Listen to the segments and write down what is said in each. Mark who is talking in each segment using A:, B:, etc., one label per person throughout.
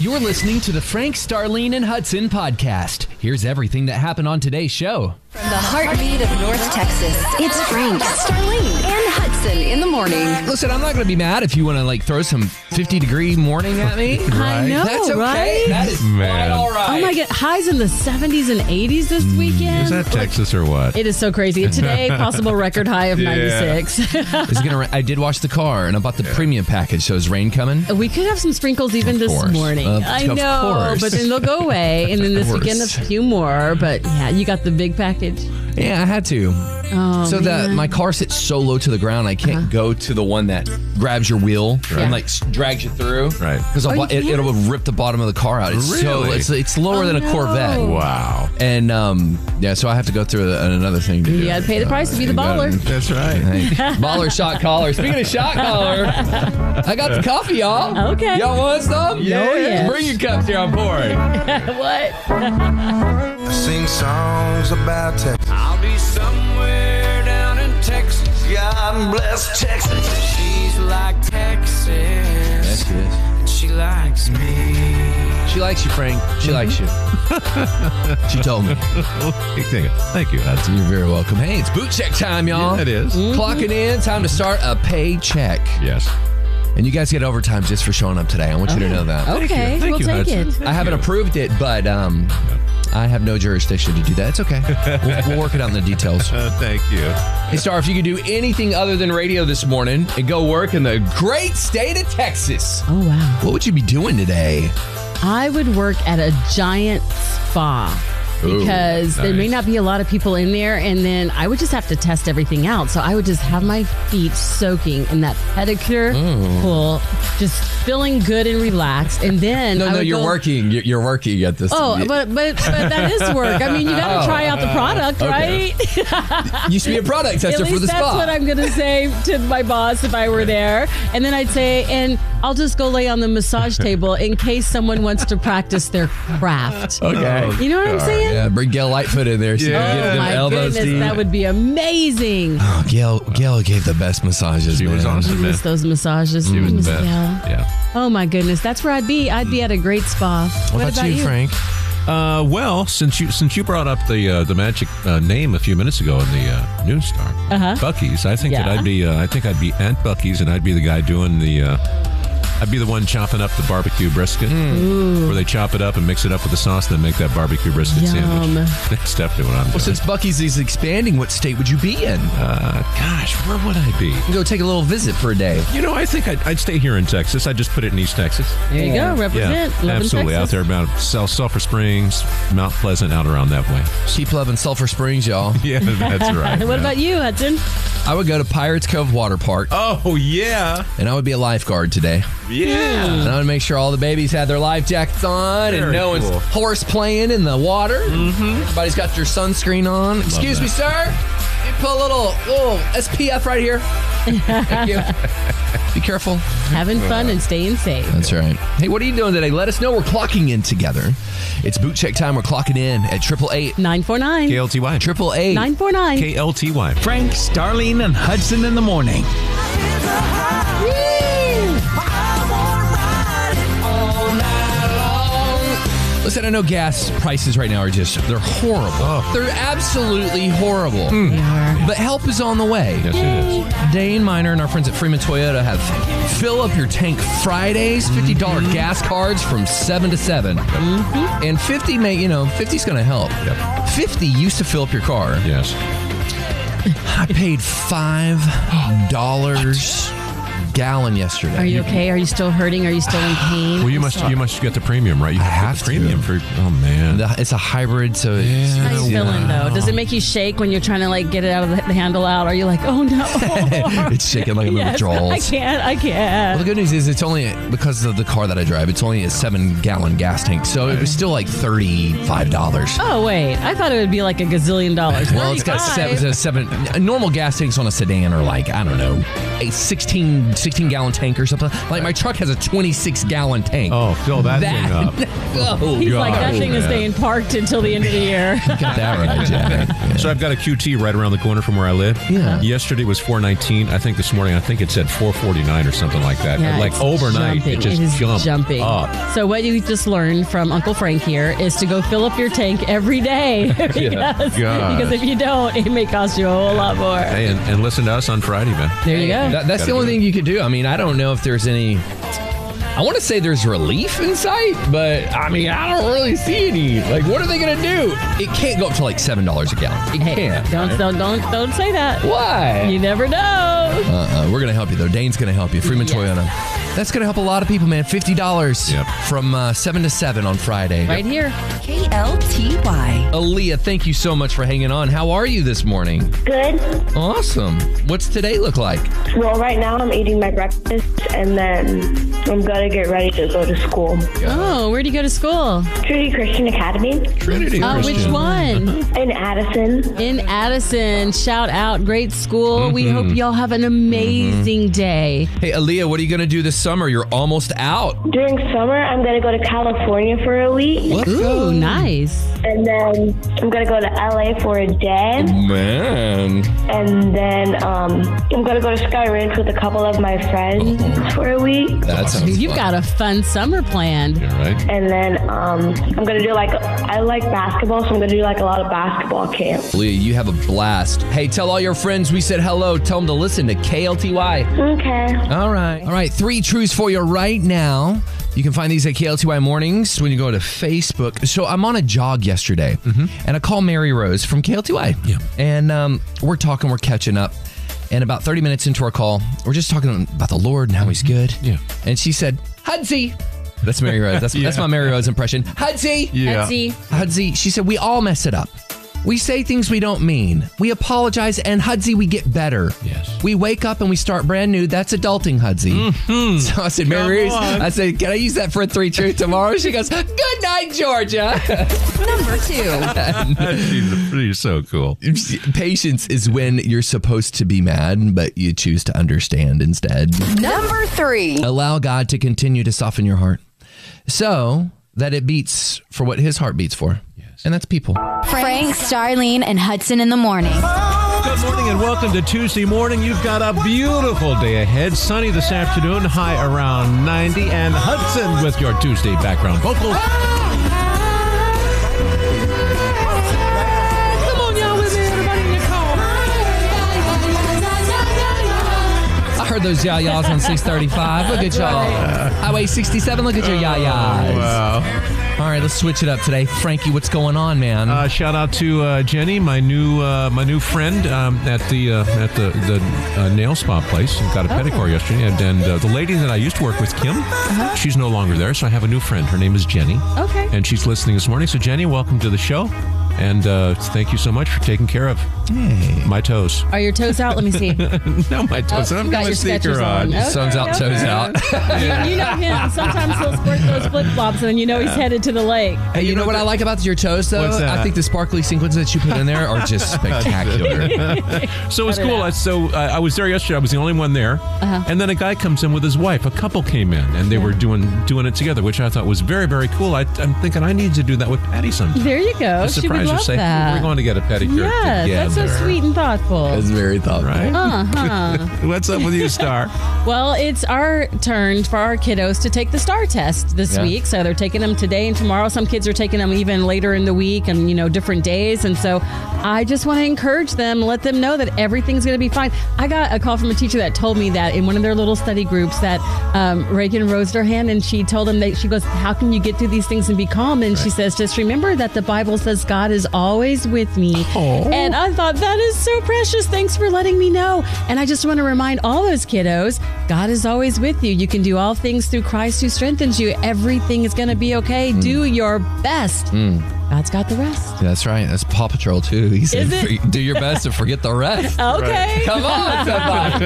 A: You're listening to the Frank, Starlene, and Hudson podcast. Here's everything that happened on today's show.
B: From the heartbeat of North Texas, it's Frank, Starlene, and Hudson in the morning.
A: Listen, I'm not going to be mad if you want to like throw some 50 degree morning at me.
C: I know,
A: That's okay.
C: right?
A: That is
D: Man.
A: quite all right.
C: Oh my god, highs in the 70s and 80s this weekend.
D: Is that Texas or what?
C: it is so crazy. Today, possible record high of
D: Yeah.
C: 96.
A: It's gonna. ra- I did wash the car and I bought the premium package. So is rain coming?
C: we could have some sprinkles even
A: Of
C: this
A: course.
C: morning.
A: Of-
C: I
A: of
C: know,
A: course.
C: but then they'll go away. And then this
A: Of course.
C: weekend, a few more. But yeah, you got the big package.
A: Yeah, I had to.
C: Oh,
A: so that my car sits so low to the ground, I can't go to the one that grabs your wheel
C: Uh-huh. Yeah.
A: and like s- drags you through.
D: Right.
A: Because
C: Oh, you
A: it,
C: can't?
A: it'll rip the bottom of the car out. It's so
D: Really?
A: it's, it's lower
C: Oh,
A: than a
C: no.
A: Corvette.
D: Wow.
A: And um, yeah, so I have to go through a- another thing to do.
C: You got to pay the price to be the baller.
D: That's right.
A: Hey, baller shot caller. Speaking of shot caller, I got the coffee, y'all.
C: Okay. Oh,
A: Y'all want some?
C: yes.
A: Bring your cups here. I'm pouring.
C: what?
E: sing songs about Texas. I'll be somewhere down in Texas. God bless Texas. She's like Texas. and She likes me.
A: She likes you, Frank. She
C: Mm-hmm.
A: likes you. she told me.
D: Thank you. Thank you, Hudson.
A: You're very welcome. Hey, it's boot check time, y'all.
D: Yeah, it is.
C: Mm-hmm.
A: Clocking in, time to start a paycheck.
D: Yes.
A: And you guys get overtime just for showing up today. I want you to know that.
C: Oh. Okay,
D: Thank
C: we'll
D: you,
C: take
D: Hudson.
C: it.
A: I haven't approved it, but um, I have no jurisdiction to do that. It's okay. we'll, we'll work it out in the details.
D: Uh, thank you.
A: Hey, Star, if you could do anything other than radio this morning and go work in the great state of Texas,
C: Oh, wow.
A: what would you be doing today?
C: I would work at a giant spa
A: Ooh,
C: because there may
D: nice.
C: not be a lot of people in there and then I would just have to test everything out. So I would just have my feet soaking in that pedicure
A: Hmm.
C: pool, just feeling good and relaxed. And then
A: No,
C: I
A: no,
C: would
A: you're
C: go-
A: working. You're, you're working at this.
C: Oh, but, but but that is work. I mean, you got to
A: Oh.
C: try out the product,
A: Okay.
C: right?
A: you should be a product
C: At
A: tester
C: least
A: for the
C: that's
A: spa.
C: what I'm gonna say to my boss if I were there. And then I'd say, and I'll just go lay on the massage table in case someone wants to practice their craft.
A: okay.
D: Oh,
C: You know what I'm saying?
A: Yeah, bring Gail Lightfoot in there. So you
D: Yeah.
A: can get
C: Oh
A: them
C: my
A: elbows
C: goodness,
A: deep.
C: that would be amazing.
A: Oh, Gail, Gail gave the best massages.
D: She was
A: man.
D: awesome.
C: Miss those massages.
D: She was the
C: Miss
D: best.
C: Gail.
D: Yeah.
C: Oh my goodness, that's where I'd be. I'd be at a great spa.
A: What, about, you, Frank?
D: Uh, well, since you since you brought up the uh, the magic uh, name a few minutes ago in the uh, news star, uh Bucky's, I think that
C: Uh-huh. Yeah.
D: I'd be uh, I think I'd be Aunt Bucky's, and I'd be the guy doing the. Uh, I'd be the one chopping up the barbecue brisket, where they chop it up and mix it up with the sauce, then make that barbecue brisket
C: Yum.
D: sandwich. That's definitely what I'm doing.
A: Well, since Bucky's is expanding, what state would you be in?
D: uh, gosh, where would I be?
A: Go take a little visit for a day.
D: You know, I think I'd, I'd stay here in Texas. I'd just put it in East Texas.
C: There you go,
D: Yeah,
C: represent. Love in
D: absolutely. Out
C: Texas.
D: there, about South Sulphur Springs, Mount Pleasant, out around that way.
A: Keep loving Sulphur Springs, y'all.
D: Yeah, that's right.
C: What about you, Hudson?
A: I would go to Pirates Cove Water Park,
D: Oh yeah,
A: and I would be a lifeguard today.
D: yeah.
A: And I would make sure all the babies had their life jackets on and
D: Very
A: no
D: cool.
A: one's horse playing in the water. Mm-hmm. Everybody's got their sunscreen on. Excuse me, sir. You put a little, little SPF right here. Thank you. Be careful.
C: Having
A: Uh,
C: fun and staying safe.
A: That's right. Hey, what are you doing today? Let us know. We're clocking in together. It's boot check time. We're clocking in at triple eight.
C: 949.
D: KLTY.
A: Triple eight.
C: 949.
D: KLTY.
F: Frank, Starlene, and Hudson in the morning.
A: Listen, I know gas prices right now are just, they're horrible. They're absolutely horrible. But help is on the way.
D: Yes, it is.
A: Dane Miner and our friends at Freeman Toyota have fill up your tank Fridays, $50 dollars gas cards from 7 to 7. And 50 may, you know, 50's going to help.
D: Yep.
A: 50 used to fill up your car.
D: Yes.
A: I paid $5 gallon yesterday.
C: Are you okay? Are you still hurting? Are you still in pain?
D: Well, you must you must get the premium, right? You get
A: have to.
D: the premium for. Oh man.
A: The- It's a hybrid, so it's,
C: How you
A: it's,
C: feeling though? Does it make you shake when you're trying to like get it out of the the handle out? Are you like, oh no?
A: it's shaking like I'm in
C: Yes,
A: withdrawals.
C: I can't. I
A: Well,
C: can't.
A: the good news is it's only because of the car that I drive. It's only a seven-gallon gas tank, so it was still like thirty-five dollars.
C: Oh wait, I thought it would be like a gazillion dollars.
A: Well, it's got seven, it's
C: $35.
A: a seven. Normal gas tanks on a sedan are like I don't know, eight, 16, 16 gallon tank or something. Like my truck has a 26 gallon tank.
D: Oh, fill that, thing
A: that.
D: up.
A: oh,
C: He's
A: God.
C: like, that
D: God.
C: thing is
D: Yeah.
C: staying parked until the end of the year.
A: Got that right, Jack.
D: So I've got a QT right around the corner from where I live.
A: Yeah.
D: Yesterday was 419. I think this morning I think it said 449 or something like that.
C: Yeah,
D: like
C: it's
D: overnight,
C: jumping.
D: it just
C: is
D: jumped
C: jumping.
D: up.
C: So what you just learned from Uncle Frank here is to go fill up your tank every day because,
D: gosh.
C: because if you don't, it may cost you a whole lot more.
D: Hey, and, and listen to us on Friday, man.
C: There you go.
A: That- that's the
D: Gotta
A: only
D: do it.
A: thing you could do. I mean, I don't know if there's any. I want to say there's relief in sight, but I mean, I don't really see any. Like, what are they going to do? It can't go up to like $7 a gallon. It
C: Hey,
A: can't.
C: don't, don't don't don't say that.
A: Why?
C: You never know.
A: Uh-uh. We're going to help you, though. Dane's going to help you. Freeman
C: Yes.
A: Toyota. That's going to help a lot of people, man. $50
D: Yep.
A: from uh, 7 to 7 on Friday.
C: Right here.
B: KLTY.
A: Aaliyah, thank you so much for hanging on. How are you this morning?
G: Good.
A: Awesome. What's today look like?
G: Well, right now I'm eating my breakfast and then I'm going to get ready to go to school.
C: Oh, where do you go to school?
G: Trinity Christian Academy
D: Trinity
C: Uh, which
D: Christian.
C: one?
G: in Addison.
C: In Addison. Shout out. Great school. We
D: Mm-hmm.
C: hope y'all have an amazing day.
A: Hey, Aaliyah, what are you going to do this summer? You're almost out.
G: During summer, I'm going to go to California for a week
A: Let's
C: Ooh, nice.
G: and then I'm going to go to LA for a day
A: Man.
G: and then um, I'm going to go to Sky Ranch with a couple of my friends for a week.
A: That sounds
C: You've got a fun summer planned.
D: Yeah, right?
G: And then um, I'm going to do like, I like basketball, so I'm going to do like a lot of basketball camp.
A: Aaliyah, you have a blast. Hey, tell all your friends we said hello. Tell them to listen to KLTY.
G: Okay.
A: All right. All right. Three truths for you right now. You can find these at KLTY Mornings when you go to Facebook. So I'm on a jog yesterday, and I call Mary Rose from KLTY.
D: Yeah.
A: And um, we're talking, we're catching up. And about 30 minutes into our call, we're just talking about the Lord and how he's good.
D: Yeah.
A: And she said, Hudsy. That's Mary Rose. That's, that's my Mary Rose impression. Hudsy.
D: Yeah.
C: Etsy.
A: Hudsy, she said, we all mess it up. We say things we don't mean. We apologize, and Hudsy, we get better.
D: Yes.
A: We wake up and we start brand new. That's adulting, Hudsy. So I said, Mary Reese, I said, can I use that for a three truth tomorrow? She goes, good night, Georgia.
B: Number two.
D: She's, she's so cool.
A: Patience is when you're supposed to be mad, but you choose to understand instead.
B: Number three.
A: Allow God to continue to soften your heart so that it beats for what his heart beats for. Yes. And that's people.
B: Frank, Starlene, and Hudson in the morning.
D: Good morning and welcome to Tuesday morning. You've got a beautiful day ahead. Sunny this afternoon, high around 90, and Hudson with your Tuesday background vocals.
A: I heard those yah yahs on 635. Look at y'all. Highway 67, look at
D: Oh,
A: your yah yahs. All right, let's switch it up today. Frankie, what's going on, man?
D: Uh, shout out to uh, Jenny, my new uh, my new friend um, at the uh, at the the uh, nail spa place. I
C: Oh.
D: got a pedicure yesterday, and, and uh, the lady that I used to work with, Kim,
C: Uh-huh.
D: she's no longer there, so I have a new friend. Her name is Jenny.
C: Okay.
D: and she's listening this morning. So Jenny, welcome to the show, and uh, thank you so much for taking care of my toes.
C: Are your toes out? Let me see.
D: No, my toes.
C: Oh,
D: I'm
C: you got
D: got a
C: your
D: sneaker
C: Skechers
D: on.
C: on. Okay,
A: Sun's out,
C: okay.
A: toes out.
C: you, you know him. Sometimes he'll squirt those flip flops, and then you know he's headed to the lake.
A: Hey, you, know, what I like about your toes, though?
D: What's that?
A: I think the sparkly sequins that you put in there are just spectacular.
D: So it's cool. I- So uh, I was there yesterday. I was the only one there,
C: Uh-huh.
D: and then a guy comes in with his wife. A couple came in, and they were doing doing it together, which I thought was very very cool. I, I'm thinking I need to do that with Patty sometime.
C: There you go.
D: A
C: Oh, She would
D: surprise her,
C: love
D: say
C: that.
D: we're going to get a pedicure
C: yes,
D: together.
C: that's so sweet and thoughtful.
A: That's very thoughtful.
D: Right?
C: Uh huh.
D: What's up with you, Star?
C: well, it's our turn for our kiddos to take the star test this
A: Yeah.
C: week. So they're taking them today and tomorrow. Some kids are taking them even later in the week and, you know, different days. And so I just want to encourage them, let them know that everything's going to be fine. I got a call from a teacher that told me that in one of their little study groups that um, Reagan raised her hand and she told them that she goes, How can you get through these things and be calm? And she says, Just remember that the Bible says God is always with me. And I thought, That is so precious. Thanks for letting me know. And I just want to remind all those kiddos God is always with you. You can do all things through Christ who strengthens you. Everything is going to be okay. Do your best. God's got the rest.
A: That's right. That's Paw Patrol, too. He said,
C: Is it? Oh.
A: "For- do your best and forget the rest.
C: Okay.
A: Come on, somebody.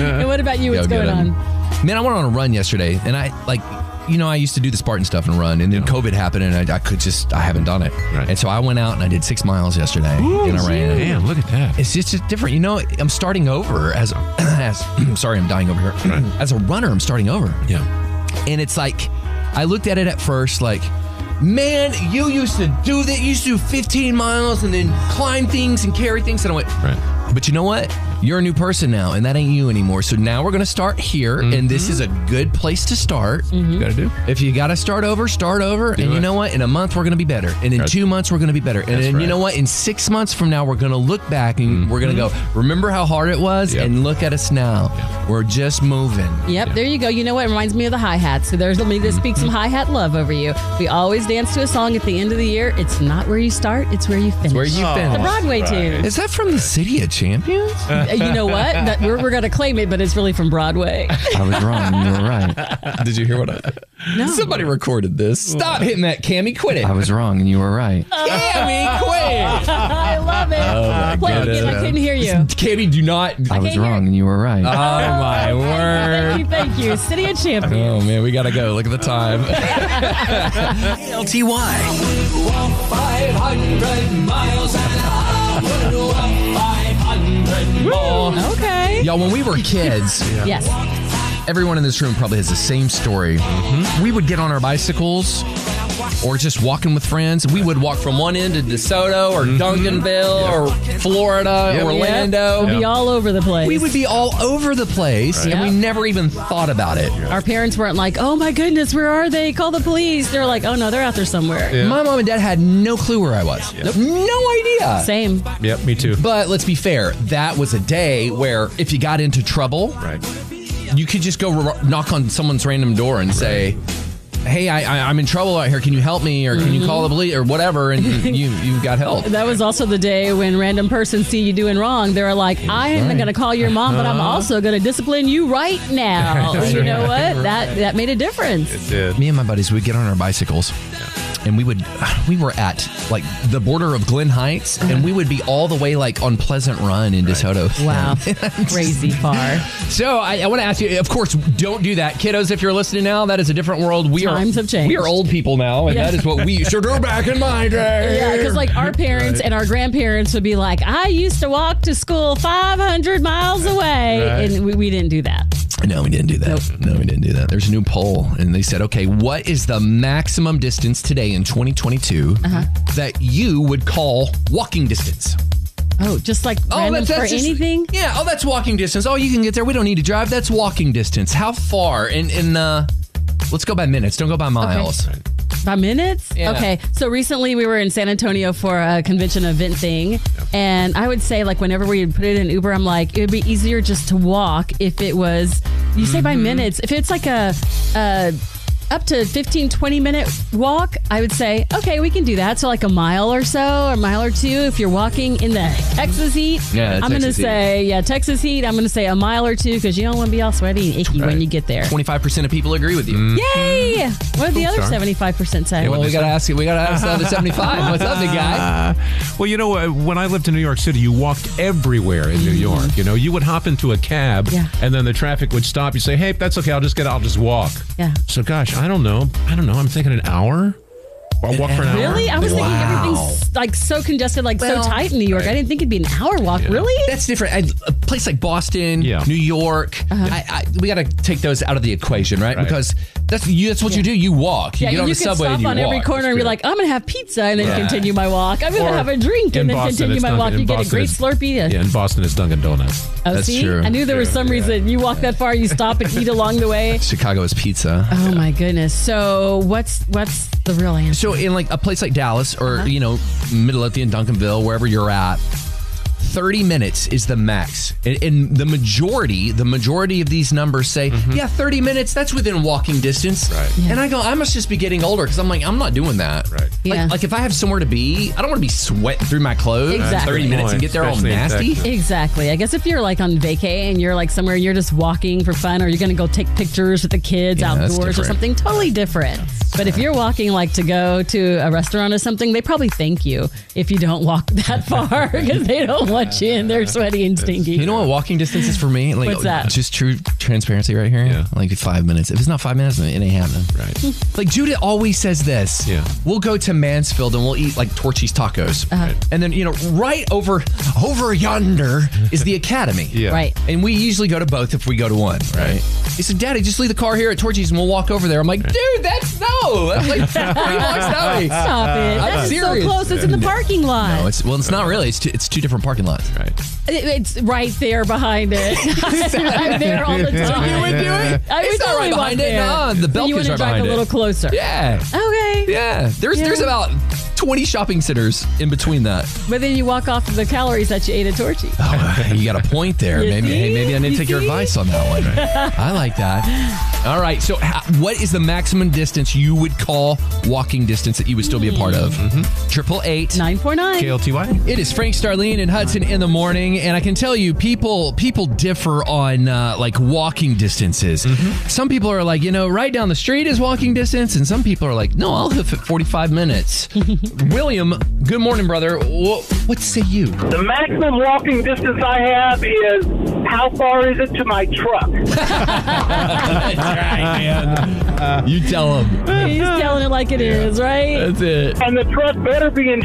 C: And what about you? What's
A: Go
C: going
A: get 'em.
C: on?
A: Man, I went on a run yesterday, and I like you know, I used to do the Spartan stuff and run, and then COVID happened, and I, I could just, I haven't done it.
D: Right.
A: And so I went out and I did six miles yesterday, and I ran.
D: Damn, look at that.
A: It's just it's different, you know. I'm starting over as, as sorry, I'm dying over here. As a runner, I'm starting over.
D: Yeah.
A: And it's like, I looked at it at first like, man, you used to do that. You used to do 15 miles and then climb things and carry things. And I went,
D: Right.
A: but you know what? You're a new person now, and that ain't you anymore. So now we're going to start here, and this is a good place to start.
C: Hmm?
D: Got to do.
A: If you got to start over, start over. and
D: Mm-hmm. it.
A: you know what? In a month, we're going to be better. And in
D: That's-
A: two months, we're going to be better. And
D: That's
A: then,
D: right.
A: you know what? In six months from now, we're going to look back and we're going to go, remember how hard it was?
D: Yep.
A: And look at us now.
D: Yeah.
A: We're just moving.
C: Yep, there you go. You know what? It reminds me of the hi hat. So there's let me just speak some hi hat love over you. We always dance to a song at the end of the year. It's not where you start; it's where you finish.
A: Where you
C: the
A: been?
C: Broadway tune.
A: Is that from the City of Champions?
C: Uh, you know what? That, we're we're gonna claim it, but it's really from Broadway.
A: I was wrong. You were right. Did you hear what I?
C: No.
A: Somebody recorded this. Stop hitting that, Cammy. Quit it. I was wrong, and you were right. Cammy, quit.
C: I love it.
A: Oh,
C: Play it again. I couldn't hear you.
A: Cammy, do not.
C: I was wrong,
A: and you were right. Oh my
C: Thank you,
A: word.
C: thank you. City of Champions.
A: Oh man, we gotta go. Look at the time.
H: LTY.
A: Oh.
C: Okay.
A: Y'all, when we were kids,
C: Yes.
A: everyone in this room probably has the same story. We would get on our bicycles or just walking with friends. We would walk from one end to DeSoto or Duncanville or Florida, Orlando.
C: We'll be all over the place.
A: We would be all over the place, and we
C: Yeah.
A: never even thought about it.
C: Our parents weren't like, "Oh my goodness, where are they? Call the police." They're like, "Oh no, they're out there somewhere."
A: My mom and dad had no clue where I was. No idea.
C: Same.
D: Yep, me too.
A: But let's be fair, that was a day where if you got into trouble,
D: Right.
A: you could just go ro- knock on someone's random door and say, Hey, I, I, I'm in trouble out here. Can you help me? Or can you call the police? Or whatever. And you, you got help.
C: That was also the day when random persons see you doing wrong. They're like, I am going to call your mom, but I'm also going to discipline you right now. you know what? That that made a difference.
A: Me and my buddies, we'd get on our bicycles and we would, we were at like the border of Glen Heights
C: Uh-huh.
A: and we would be all the way like on Pleasant Run in DeSoto.
C: Wow. Crazy far.
A: So I, I want to ask you, of course, don't do that, kiddos. If you're listening now, that is a different world. We
C: Times
A: are
C: have changed.
A: We are old people now, and
C: Yeah.
A: that is what we used to do back in my day.
C: Yeah, because like our parents and our grandparents would be like, I used to walk to school 500 miles away. And we, we didn't do that.
A: no, we didn't do that. No, we didn't do that. There's a new poll, and they said, okay, what is the maximum distance today in 2022
C: Uh-huh.
A: that you would call walking distance?
C: Oh, just like random for
A: just-
C: anything?
A: Yeah. Oh, that's walking distance. Oh, you can get there. We don't need to drive. That's walking distance. How far? And and uh, let's go by minutes. Don't go by miles.
C: By minutes?
A: Yeah.
C: Okay. So recently we were in San Antonio for a convention event thing. And I would say, like, whenever we would put it in Uber, I'm like, it would be easier just to walk if it was, you say
A: Mm-hmm.
C: by minutes. If it's like a, a up to 15, 20 minute walk, I would say, okay, we can do that. So, like a mile or so, or a mile or two. If you're walking in the Texas heat,
A: Yeah,
C: I'm going to
A: Texas heat.
C: say, yeah, Texas heat, I'm going to say a mile or two because you don't want to be all sweaty and icky when you get there.
A: Twenty Oh, five percent of people agree with you.
C: Yay! What did the other 75% say?
A: Well, we gotta ask you. We gotta ask the other seventy-five. What's up, big guy?
D: Well, you know, uh, when I lived in New York City, you walked everywhere in New York. You know, you would hop into a cab,
C: Mm-hmm. Yeah.
D: and then the traffic would stop. You say, "Hey, that's okay. I'll just get. I'll just walk."
C: Yeah.
D: So, gosh, I don't know. I don't know. I'm thinking an hour. I'll walk for an hour.
C: Really? I was thinking everything's like so congested, like
A: Well-
C: so tight in New York. I didn't think it'd be an hour walk. Really?
A: That's different. I- A place like Boston,
D: Yeah.
A: New York.
C: Uh-huh.
A: I, I, we gotta take those out of the equation, right?
D: Right.
A: Because that's you, that's what you do. You walk. You
C: Yeah,
A: get on
C: you
A: the
C: could
A: subway
C: stop
A: and you
C: on
A: walk.
C: every corner and be
D: true.
C: like, I'm gonna have pizza and then
A: Yeah.
C: continue my walk. I'm gonna
D: Or
C: have a drink
D: in
C: and then
D: Boston,
C: continue
D: it's
C: my
D: Dunkin'-
C: walk.
D: in
C: You get a
D: Boston,
C: great
D: it's-
C: Slurpee.
D: Yeah, in Boston, it's Dunkin' Donuts.
C: Oh,
A: That's
C: see?
A: true.
C: I knew there was
D: True,
C: some
D: yeah.
C: reason you walk that far, you stop and eat along the way.
A: Chicago is pizza.
C: Oh my goodness. So what's what's the real answer?
A: So in like a place like Dallas
D: Uh-huh.
A: or you know Midlothian, Duncanville, wherever you're at, thirty minutes is the max. And, and the majority, the majority of these numbers say, yeah, thirty minutes. That's within walking distance.
D: Mm-hmm. Right.
A: And I go, I must just be getting older because I'm like, I'm not doing that.
D: Right.
A: Like,
C: Yeah.
A: like if I have somewhere to be, I don't want to be sweating through my clothes
C: Exactly.
A: thirty
C: Good
A: minutes and
D: point,
A: get there all
D: especially in
A: nasty.
D: Texas.
C: Exactly. I guess if you're like on vacay and you're like somewhere and you're just walking for fun or you're going to go take pictures with the kids
A: Yeah, that's
C: outdoors or
A: different.
C: something, totally different. But if you're walking like to go to a restaurant or something, they probably thank you if you don't walk that far because they don't want you in there sweaty and stinky.
A: You know what walking distance is for me? Like
C: What's that?
A: just true transparency right here?
D: Yeah.
A: Like five minutes. If it's not five minutes, then it ain't happening.
D: Right.
A: Like Judith always says this.
D: Yeah.
A: We'll go to Mansfield and we'll eat like Torchy's tacos.
D: Uh-huh. Right.
A: And then, you know, right over over yonder is the academy.
D: Yeah.
C: Right.
A: And we usually go to both if we go to one, right? He said, Daddy, just leave the car here at Torchy's and we'll walk over there. I'm like, dude, that's no. That's like three blocks that way.
C: Stop
A: Uh,
C: it.
A: I'm
C: That's just so
A: serious.
C: close. It's in the parking lot.
A: No, it's well, it's not really. It's two, it's two different parking lots.
D: Right.
C: It- it's right there behind it. I'm there all the time.
A: You would do it.
C: I would
A: it's not right
C: totally walk
A: behind it.
C: there.
A: No, the
C: But
A: Belkin's
C: you want to
A: right
C: drive
A: behind
C: a
A: it.
C: little closer.
A: Yeah.
C: Okay.
A: Yeah. There's there's
C: Yeah.
A: about 20 shopping centers in between that.
C: But then you walk off the calories that you ate at Torchy.
A: Oh, you got a point there.
C: You
A: maybe
C: see?
A: hey, maybe I need to
C: You
A: take your
C: see?
A: advice on that one. I like that. All right. So, ha- what is the maximum distance you would call walking distance that you would still be a part of?
C: Mm-hmm.
A: Triple eight.
C: 9.9.
D: KLTY.
A: It is Frank Starlene and Hudson in the morning, and I can tell you, people people differ on uh, like walking distances.
C: Mm-hmm.
A: Some people are like, you know, right down the street is walking distance, and some people are like, no, I'll hoof it forty five minutes. William, good morning, brother. What, what say you?
H: The maximum walking distance I have is how far is it to my truck?
A: Uh, You tell him. Uh,
C: He's telling it like it is, right?
A: That's it.
H: And the truck better be in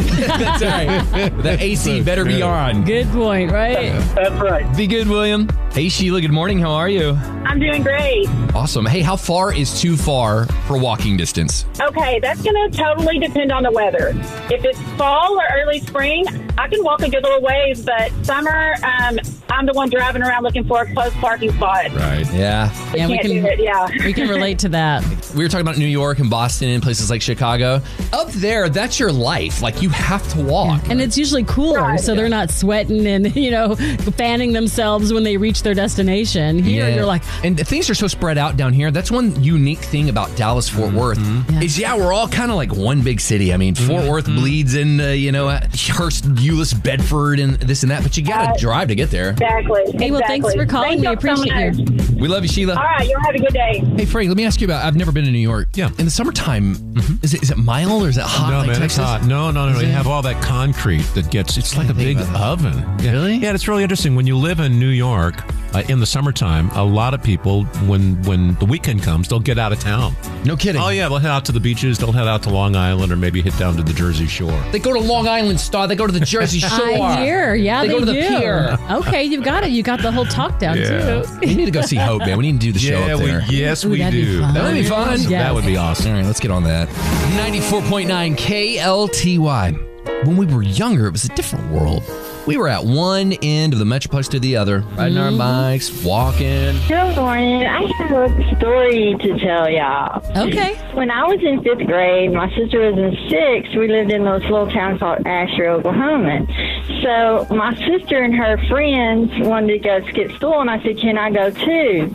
A: That's right. The AC better be on.
C: Good point, right?
H: That's right.
A: Be good, William. Hey, Sheila. Good morning. How are you?
I: I'm doing great.
A: Awesome. Hey, how far is too far for walking distance?
I: Okay, that's going to totally depend on the weather. If it's fall or early spring, I can walk a good little ways, but summer, um, I'm the one driving around looking for a close parking spot.
D: Right.
A: Yeah.
C: Yeah, we
I: Can't do it,
C: can
I: yeah.
C: we can relate to that.
A: we were talking about New York and Boston and places like Chicago. Up there, that's your life. Like you have to walk.
C: And it's usually cooler, so they're not sweating and you know fanning themselves when they reach their destination. Here, you're like,
A: and things are so spread out down here. That's one unique thing about Dallas Fort
D: Mm-hmm.
A: Worth is yeah, we're all kind of like one big city. I mean,
D: Mm-hmm.
A: Fort Worth bleeds in uh, you know Hurst, Euless, Bedford, and this and that. But you got to drive to get there.
I: Exactly.
C: hey, well, thanks for calling.
I: me.
C: we appreciate you.
A: We love you, Sheila.
I: All right, y'all have a good day.
A: Hey, Frank, let me ask you about. I've never been to New York.
D: Yeah. Mm-hmm.
A: In the summertime, is it is it mild or is it hot?
D: No,
A: like
D: man, it's
A: Texas?
D: hot. No, no, no, no. You have all that concrete that gets, it's like a big oven. Yeah.
A: Really?
D: Yeah, it's really interesting. When you live in New York uh, in the summertime, a lot of people, when when the weekend comes, they'll get out of town.
A: No kidding.
D: Oh, yeah, they'll head out to the beaches, they'll head out to Long Island, or maybe hit down to the Jersey Shore.
A: They go to Long Island Star. They go to the Jersey Shore.
C: I hear, yeah,
A: They
C: they,
A: go to the
C: do.
A: pier.
C: Okay, you've got it. You got the whole talk down
D: Yeah.
C: too.
A: We need to go see Hope, Oh, man. We need to do the show up there.
D: yes,
C: Ooh, we that'd be do. fun.
D: That
A: That'd
D: would
A: be
D: be
A: fun.
C: Yes.
D: fun. That would be awesome.
A: All right, let's get on that. 94.9 KLTY. When we were younger, it was a different world. We were at one end of the Metroplex to the other, riding our
C: Mm-hmm.
A: bikes, walking.
G: Good morning. I have a story to tell y'all.
C: Okay.
G: When I was in fifth grade, my sister was in sixth. We lived in this little town called Asher, Oklahoma. So my sister and her friends wanted to go skip school, and I said, "Can I go too?"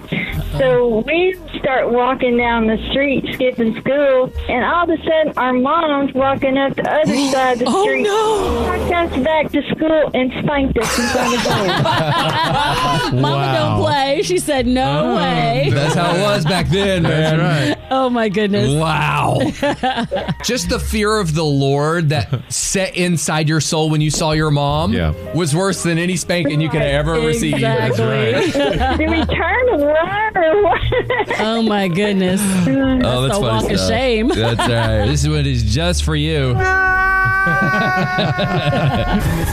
G: So we start walking down the street, skipping school, and all of a sudden, our mom's walking up the other side of the
C: Oh,
G: street,
C: no.
G: took us back to school, and spanked us in front of the door.
C: Mama
D: Wow.
C: don't play. She said,
A: Oh.
C: no way.
A: That's how it was back then, man.
C: Oh my goodness.
A: Wow. Just the fear of the Lord that set inside your soul when you saw your mom
D: Yeah.
A: was worse than any spanking you could ever receive.
C: Exactly.
G: Did we turn to run or what?
C: Oh my goodness.
A: Oh,
C: That's
A: funny
C: a walk of
A: stuff.
C: shame.
A: That's right. This is what is just for you.
J: This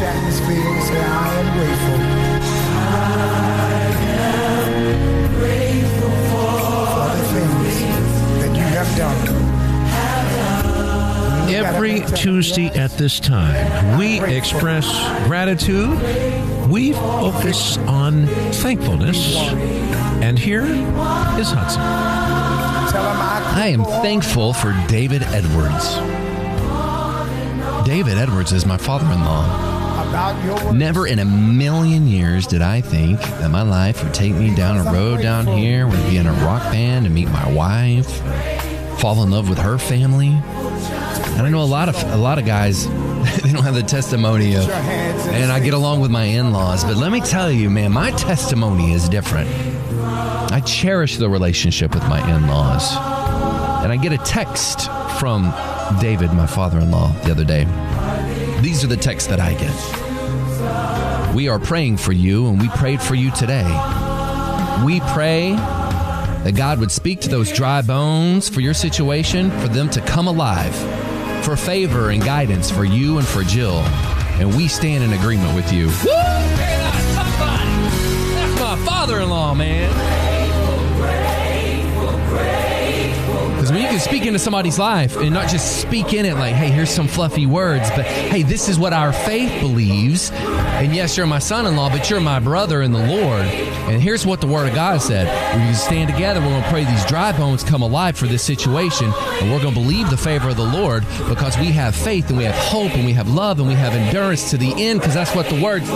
J: atmosphere is how I am grateful. I am grateful for the things that you have done.
D: Every Tuesday at this time, we express gratitude, we focus on thankfulness, and here is Hudson.
J: Tell 'em I,
A: I am thankful for David Edwards. David Edwards is my father in law.
J: about your work.
A: Never in a million years did I think that my life would take me down a road down here, would be in a rock band and meet my wife, fall in love with her family. And I know a lot of a lot of guys they don't have the testimony of and I get along with my in-laws, but let me tell you, man, my testimony is different. I cherish the relationship with my in-laws. And I get a text from David, my father in law, the other day. These are the texts that I get. We are praying for you, and we prayed for you today. We pray that God would speak to those dry bones for your situation, for them to come alive, for favor and guidance for you and for Jill. And we stand in agreement with you. Woo! Very nice. Top five. That's my father-in-law, man. Because when you can speak into somebody's life and not just speak in it like, hey, here's some fluffy words, but hey, this is what our faith believes. And yes, you're my son in law, but you're my brother in the Lord. And here's what the Word of God said. We can stand together. We're going to pray these dry bones come alive for this situation. And we're going to believe the favor of the Lord because we have faith and we have hope and we have love and we have endurance to the end because that's what the Word says.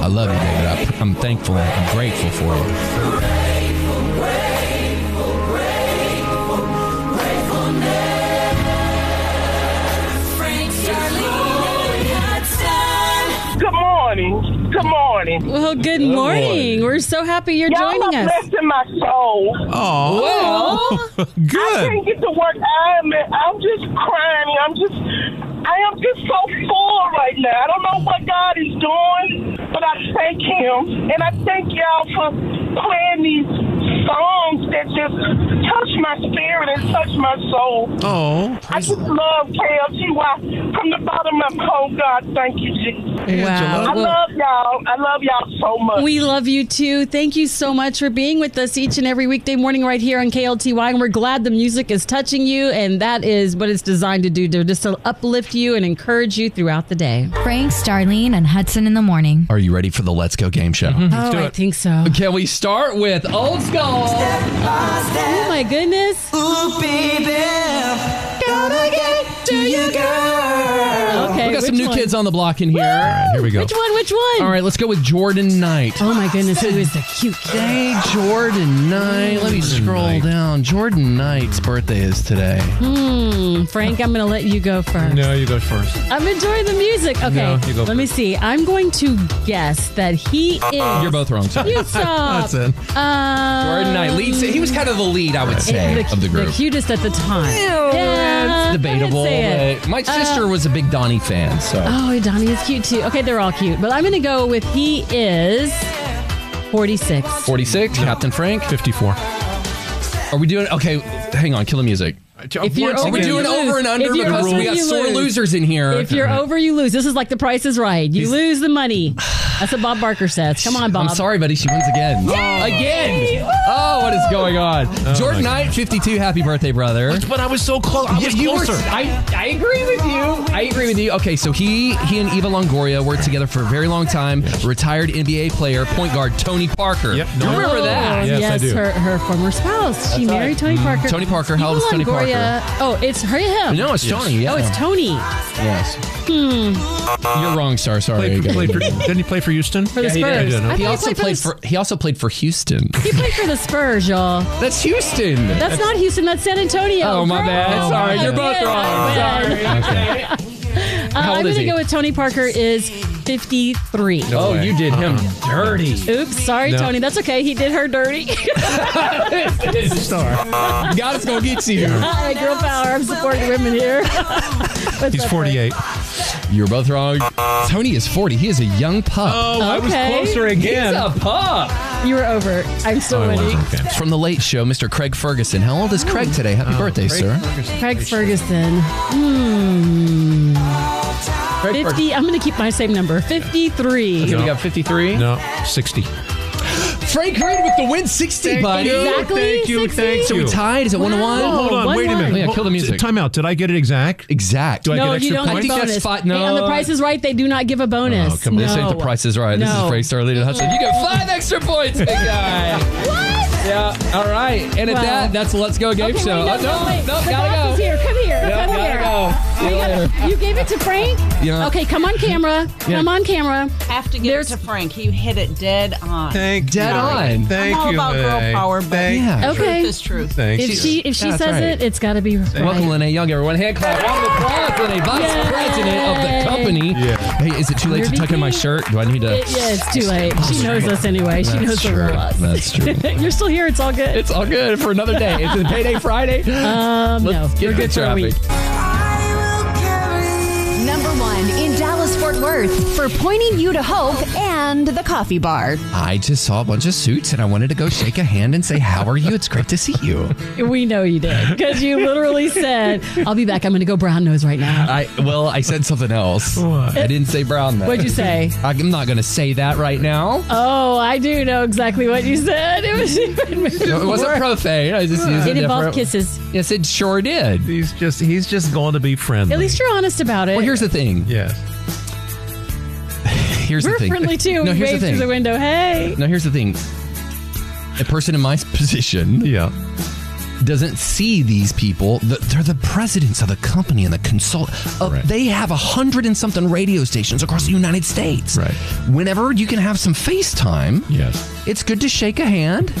A: I love you, David. I- I'm thankful. I'm grateful for you.
H: Good morning. Good morning.
C: Well, good morning. We're so happy you're
H: Y'all
C: joining
H: are
C: us.
H: blessing my soul.
D: Oh,
H: I can't get to work. I'm I'm just crying. I'm just I am just so full right now. I don't know what God is doing, but I thank Him and I thank y'all for playing these songs that just touch my spirit and touch my soul.
D: Oh,
H: I just love KLTY from the bottom of my heart. God, thank you, Jesus.
C: Angela.
H: I love y'all. I love y'all so much.
C: We love you too. Thank you so much for being with us each and every weekday morning right here on KLTY. And we're glad the music is touching you. And that is what it's designed to do to just to uplift you and encourage you throughout the day.
K: Frank, Starlene, and Hudson in the morning.
A: Are you ready for the Let's Go game show?
D: Mm-hmm.
C: Oh, I think so.
A: Can we start with old school?
C: Oh my goodness.
A: Oh,
L: Ooh, baby. Gonna get to you, girl.
C: Okay,
A: we got some
C: which
A: new
C: one?
A: kids on the block in here. All right,
D: here we go.
C: Which one? Which one?
A: All right, let's go with Jordan Knight.
C: Oh my goodness, who is the cute kid?
A: Hey, Jordan Knight. Let me scroll down. Jordan Knight's birthday is today.
C: Hmm, Frank, I'm going to let you go first.
D: No, you go first.
C: I'm enjoying the music. Okay,
D: No, you go
C: let me see. I'm going to guess that he is.
A: You're both wrong. Sorry.
C: You stop.
A: That's it.
C: Um,
A: Jordan Knight leads. He was kind of the lead, I would say,
C: the,
A: of the group.
C: cutest at the time. yeah,
A: it's debatable.
C: I would say it. Uh,
A: but my sister was a big Donnie fan, so
C: Oh, Donnie is cute too. Okay, they're all cute, but I'm gonna go with he is 46.
A: 46, Captain Frank.
D: 54.
A: Are we doing? Okay, hang on. Kill the music.
C: If you're
A: Are
C: over,
A: we
C: you
A: doing
C: lose.
A: over and under
C: If you're
A: because
C: over,
A: we got
C: you
A: sore
C: lose.
A: losers in here?
C: If you're over, you lose. This is like the Price is Right. You lose the money. That's what Bob Barker says. Come on, Bob.
A: I'm sorry, buddy. She wins again. Again. Oh, what is going on? Jordan
D: my
A: Knight, 52. Happy birthday, brother.
D: But I was so close. I was
A: you were-
D: closer.
A: I, I agree with you. I agree with you. Okay, so he he and Eva Longoria were together for a very long time. Retired NBA player, point guard Tony Parker.
D: Yep.
A: Do you remember
C: Oh,
A: that?
D: Yes, I do.
C: Her, her former spouse. she
A: That's right.
C: married Tony Parker.
A: Tony Parker. How old is
C: Eva
A: Tony Parker?
C: Longoria- Oh, it's her. Him.
A: No, it's Tony. Yeah.
C: Oh, it's Tony
A: Yes. You're wrong, Star. Sorry.
D: Played for,
A: Again.
D: played for, didn't he play for Houston?
C: for the
A: he
C: Spurs.
D: did.
C: I
D: He
C: think
A: He also
C: played,
A: played
C: for.
A: for he also played for Houston.
C: the- he played for the Spurs, y'all.
A: That's Houston.
C: That's not Houston. That's San Antonio.
A: Oh, my
C: Girl.
A: bad. Sorry, you're both
C: Yeah,
A: wrong.
C: I win. Uh,
A: How
C: I'm
A: old is
C: gonna
A: he?
C: go with Tony Parker is 53.
A: Oh, you did him
D: Uh-uh.
A: dirty.
C: Oops, sorry,
D: No.
C: Tony. That's okay. He did her dirty.
A: God is gonna get you.
C: Hi, girl power. I'm supporting women here.
D: He's 48.
A: You're both wrong.
D: Uh-uh.
A: Tony is 40. He is a young pup.
D: Oh, I was
C: Okay.
D: closer again.
A: pup.
C: You were over. I'm
A: Oh,
C: still
D: I was,
C: winning.
D: okay.
A: From the Late Show, Mr. Craig Ferguson. How old is Craig today? Happy birthday, sir.
C: Craig Ferguson. Hmm. 50. I'm going to keep my same number. 53.
A: We got 53.
D: No, 60.
A: Frank Green with the win 60, buddy.
C: Exactly.
D: Thank you.
C: 60.
D: Thank
A: So we
D: you.
A: tied. Is it one to one?
C: Wow.
D: Hold on.
C: One,
D: wait a
C: one.
D: minute.
A: Yeah, kill the music.
D: Time out. Did I get it exact?
A: Exact.
D: Do I
C: No,
D: get
C: you
D: extra
C: don't
D: points?
C: get
A: I
C: a
A: think that's
C: bonus.
A: fi-
C: Hey, on
A: no.
C: the Price is Right, they do not give a bonus.
D: Oh, come on.
A: This ain't the
C: No.
A: price is right. This
C: No.
A: is Frank Starlita Hudson. You get five extra points, big guy. what? Yeah. All right. And at
C: Wow.
A: that, that's the Let's Go game
C: Okay, wait,
A: show.
C: no,
A: Oh,
C: no, wait.
A: no,
C: The boss
A: gotta
C: is
A: go.
C: here. Come here.
A: Yep,
C: come
A: gotta
C: here.
A: go. See you
C: Hang on.
A: later.
C: You gave it to Frank?
A: Yeah.
C: Okay, come on camera.
A: Yeah.
C: Come on camera.
M: have to give
C: There's-
M: it to Frank. He hit it dead on.
D: Thank
A: Dead
D: you.
A: on.
D: Thank
M: I'm all
D: you.
M: about girl
D: Meg.
M: power, but-
D: Thank
A: Yeah.
D: you.
C: Okay.
M: Truth is truth.
D: Thank
C: If
D: you.
C: she if she
A: That's
C: says
A: right.
C: it, it's got to be right.
A: Welcome, Lene Young, everyone. Hand clap. Round of applause, Lene, Vice
C: Yay.
A: President of the company.
D: Yeah.
A: Hey, is it too late
C: You're
A: to tuck in my
C: beginning.
A: shirt? Do I need to?
C: It- yeah, it's too late. She knows us anyway. She knows the
A: true.
C: rules.
A: That's true.
C: You're still here. It's all good.
A: It's all good for another day. It's a payday Friday.
C: um, no,
A: Let's
C: we're
A: get
C: good
A: good
C: for a
A: traffic.
C: week.
B: Number one in Dallas Fort Worth for pointing you to hope and
N: and the coffee bar.
A: I just saw a bunch of suits and I wanted to go shake a hand and say, How are you? It's great to see you.
C: We know you did because you literally said, "I'll be back. I'm going to go brown nose right now."
A: I Well, I said something else. I didn't say brown nose.
C: What'd you say?
A: I'm not going to say that right now.
C: Oh, I do know exactly what you said. It was.
A: No, it wasn't profane. I just used a
C: It
A: different-
C: involved kisses.
A: Yes, it sure did.
D: He's just he's just going to be friendly.
C: At least you're honest about it.
A: Well, here's the thing. Yes. Here's
C: We're
A: the thing.
C: friendly too.
A: No,
C: we
A: here's
C: waved
A: the
C: through
A: thing.
C: the window. Hey.
A: Now here's the thing. A person in my position, yeah, doesn't see these people. The- They're the presidents of the company and the consult. uh, They have a hundred and something radio stations across the United States. Right. Whenever you can have some FaceTime, yes, it's good to shake a hand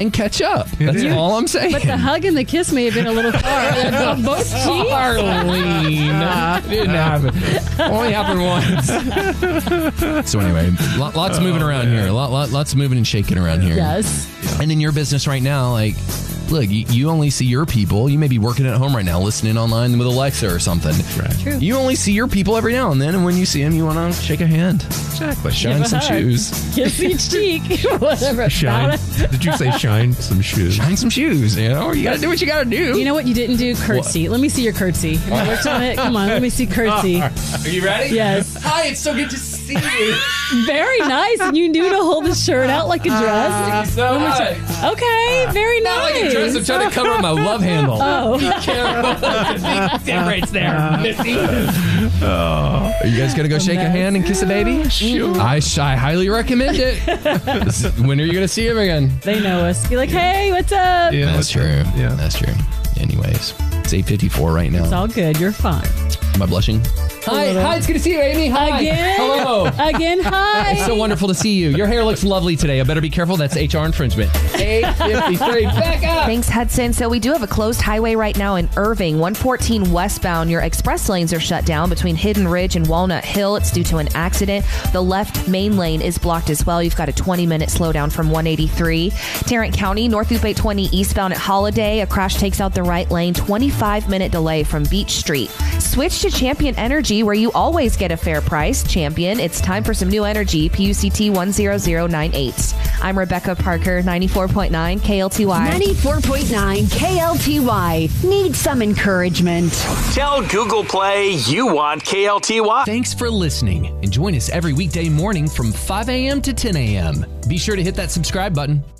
A: and catch up. That's
C: You-
A: all I'm saying.
C: But the hug and the kiss may have been a little far. They're both- both cheeks.
A: Darlene. didn't happen. Only happened once. so anyway, lo- lots moving around here. Lot, lot, lots moving and shaking around here.
C: Yes.
A: And in your business right now, like, look, you, you only see your people. You may be working at home right now, listening online with Alexa or something. Right.
C: True.
A: You only see your people every now and then, and when you see them, you want to shake a hand. Exactly.
C: Give
A: Shine
C: a
A: some
C: hug.
A: shoes.
C: Kiss each cheek. Whatever.
A: Shine. Did you say shine
D: some shoes.
A: Shine some shoes. You know, you got to do what you got to do.
C: You know what you didn't do? Curtsy. Let me see your curtsy. Have you worked on it? Come on, let me see curtsy.
A: Oh. Are you ready?
C: Yes.
A: Hi, it's so good to see you.
C: Very nice. And you knew to hold the shirt out like a dress.
A: Thank you so
C: Let me
A: much.
C: try- Okay, very
A: Ah. Not
C: nice.
A: like a dress. I'm trying to cover up my love handle.
C: Oh.
A: Careful. Big difference there, Missy. Are you guys gonna go shake a hand and kiss a baby? Sure. I, sh- I highly recommend it. when are you gonna see him again?
C: They know us. Be like, hey, what's up?
A: that's true. Yeah, that's true. Anyways, it's 8:54 right
C: It's
A: now.
C: all good. You're fine.
A: Am I blushing? Hi, hi, it's good to see you, Amy. Hi.
C: Again.
A: Hello.
C: Again, hi.
A: It's so wonderful to see you. Your hair looks lovely today. I better be careful. That's HR infringement. 853. Back up.
O: Thanks, Hudson. So we do have a closed highway right now in Irving, 114 westbound. Your express lanes are shut down between Hidden Ridge and Walnut Hill. It's due to an accident. The left main lane is blocked as well. You've got a 20 minute slowdown from 183. Tarrant County, North Loop 820 eastbound at Holiday. A crash takes out the right lane. 25 minute delay from Beach Street. Switch to Champion Energy, where you always get a fair price. Champion, it's time for some new energy. PUCT 10098. I'm Rebecca Parker, 94.9 KLTY.
B: 94.9 KLTY. Need some encouragement.
F: Tell Google Play you want KLTY.
A: Thanks for listening and join us every weekday morning from 5 a.m. to 10 a.m. Be sure to hit that subscribe button.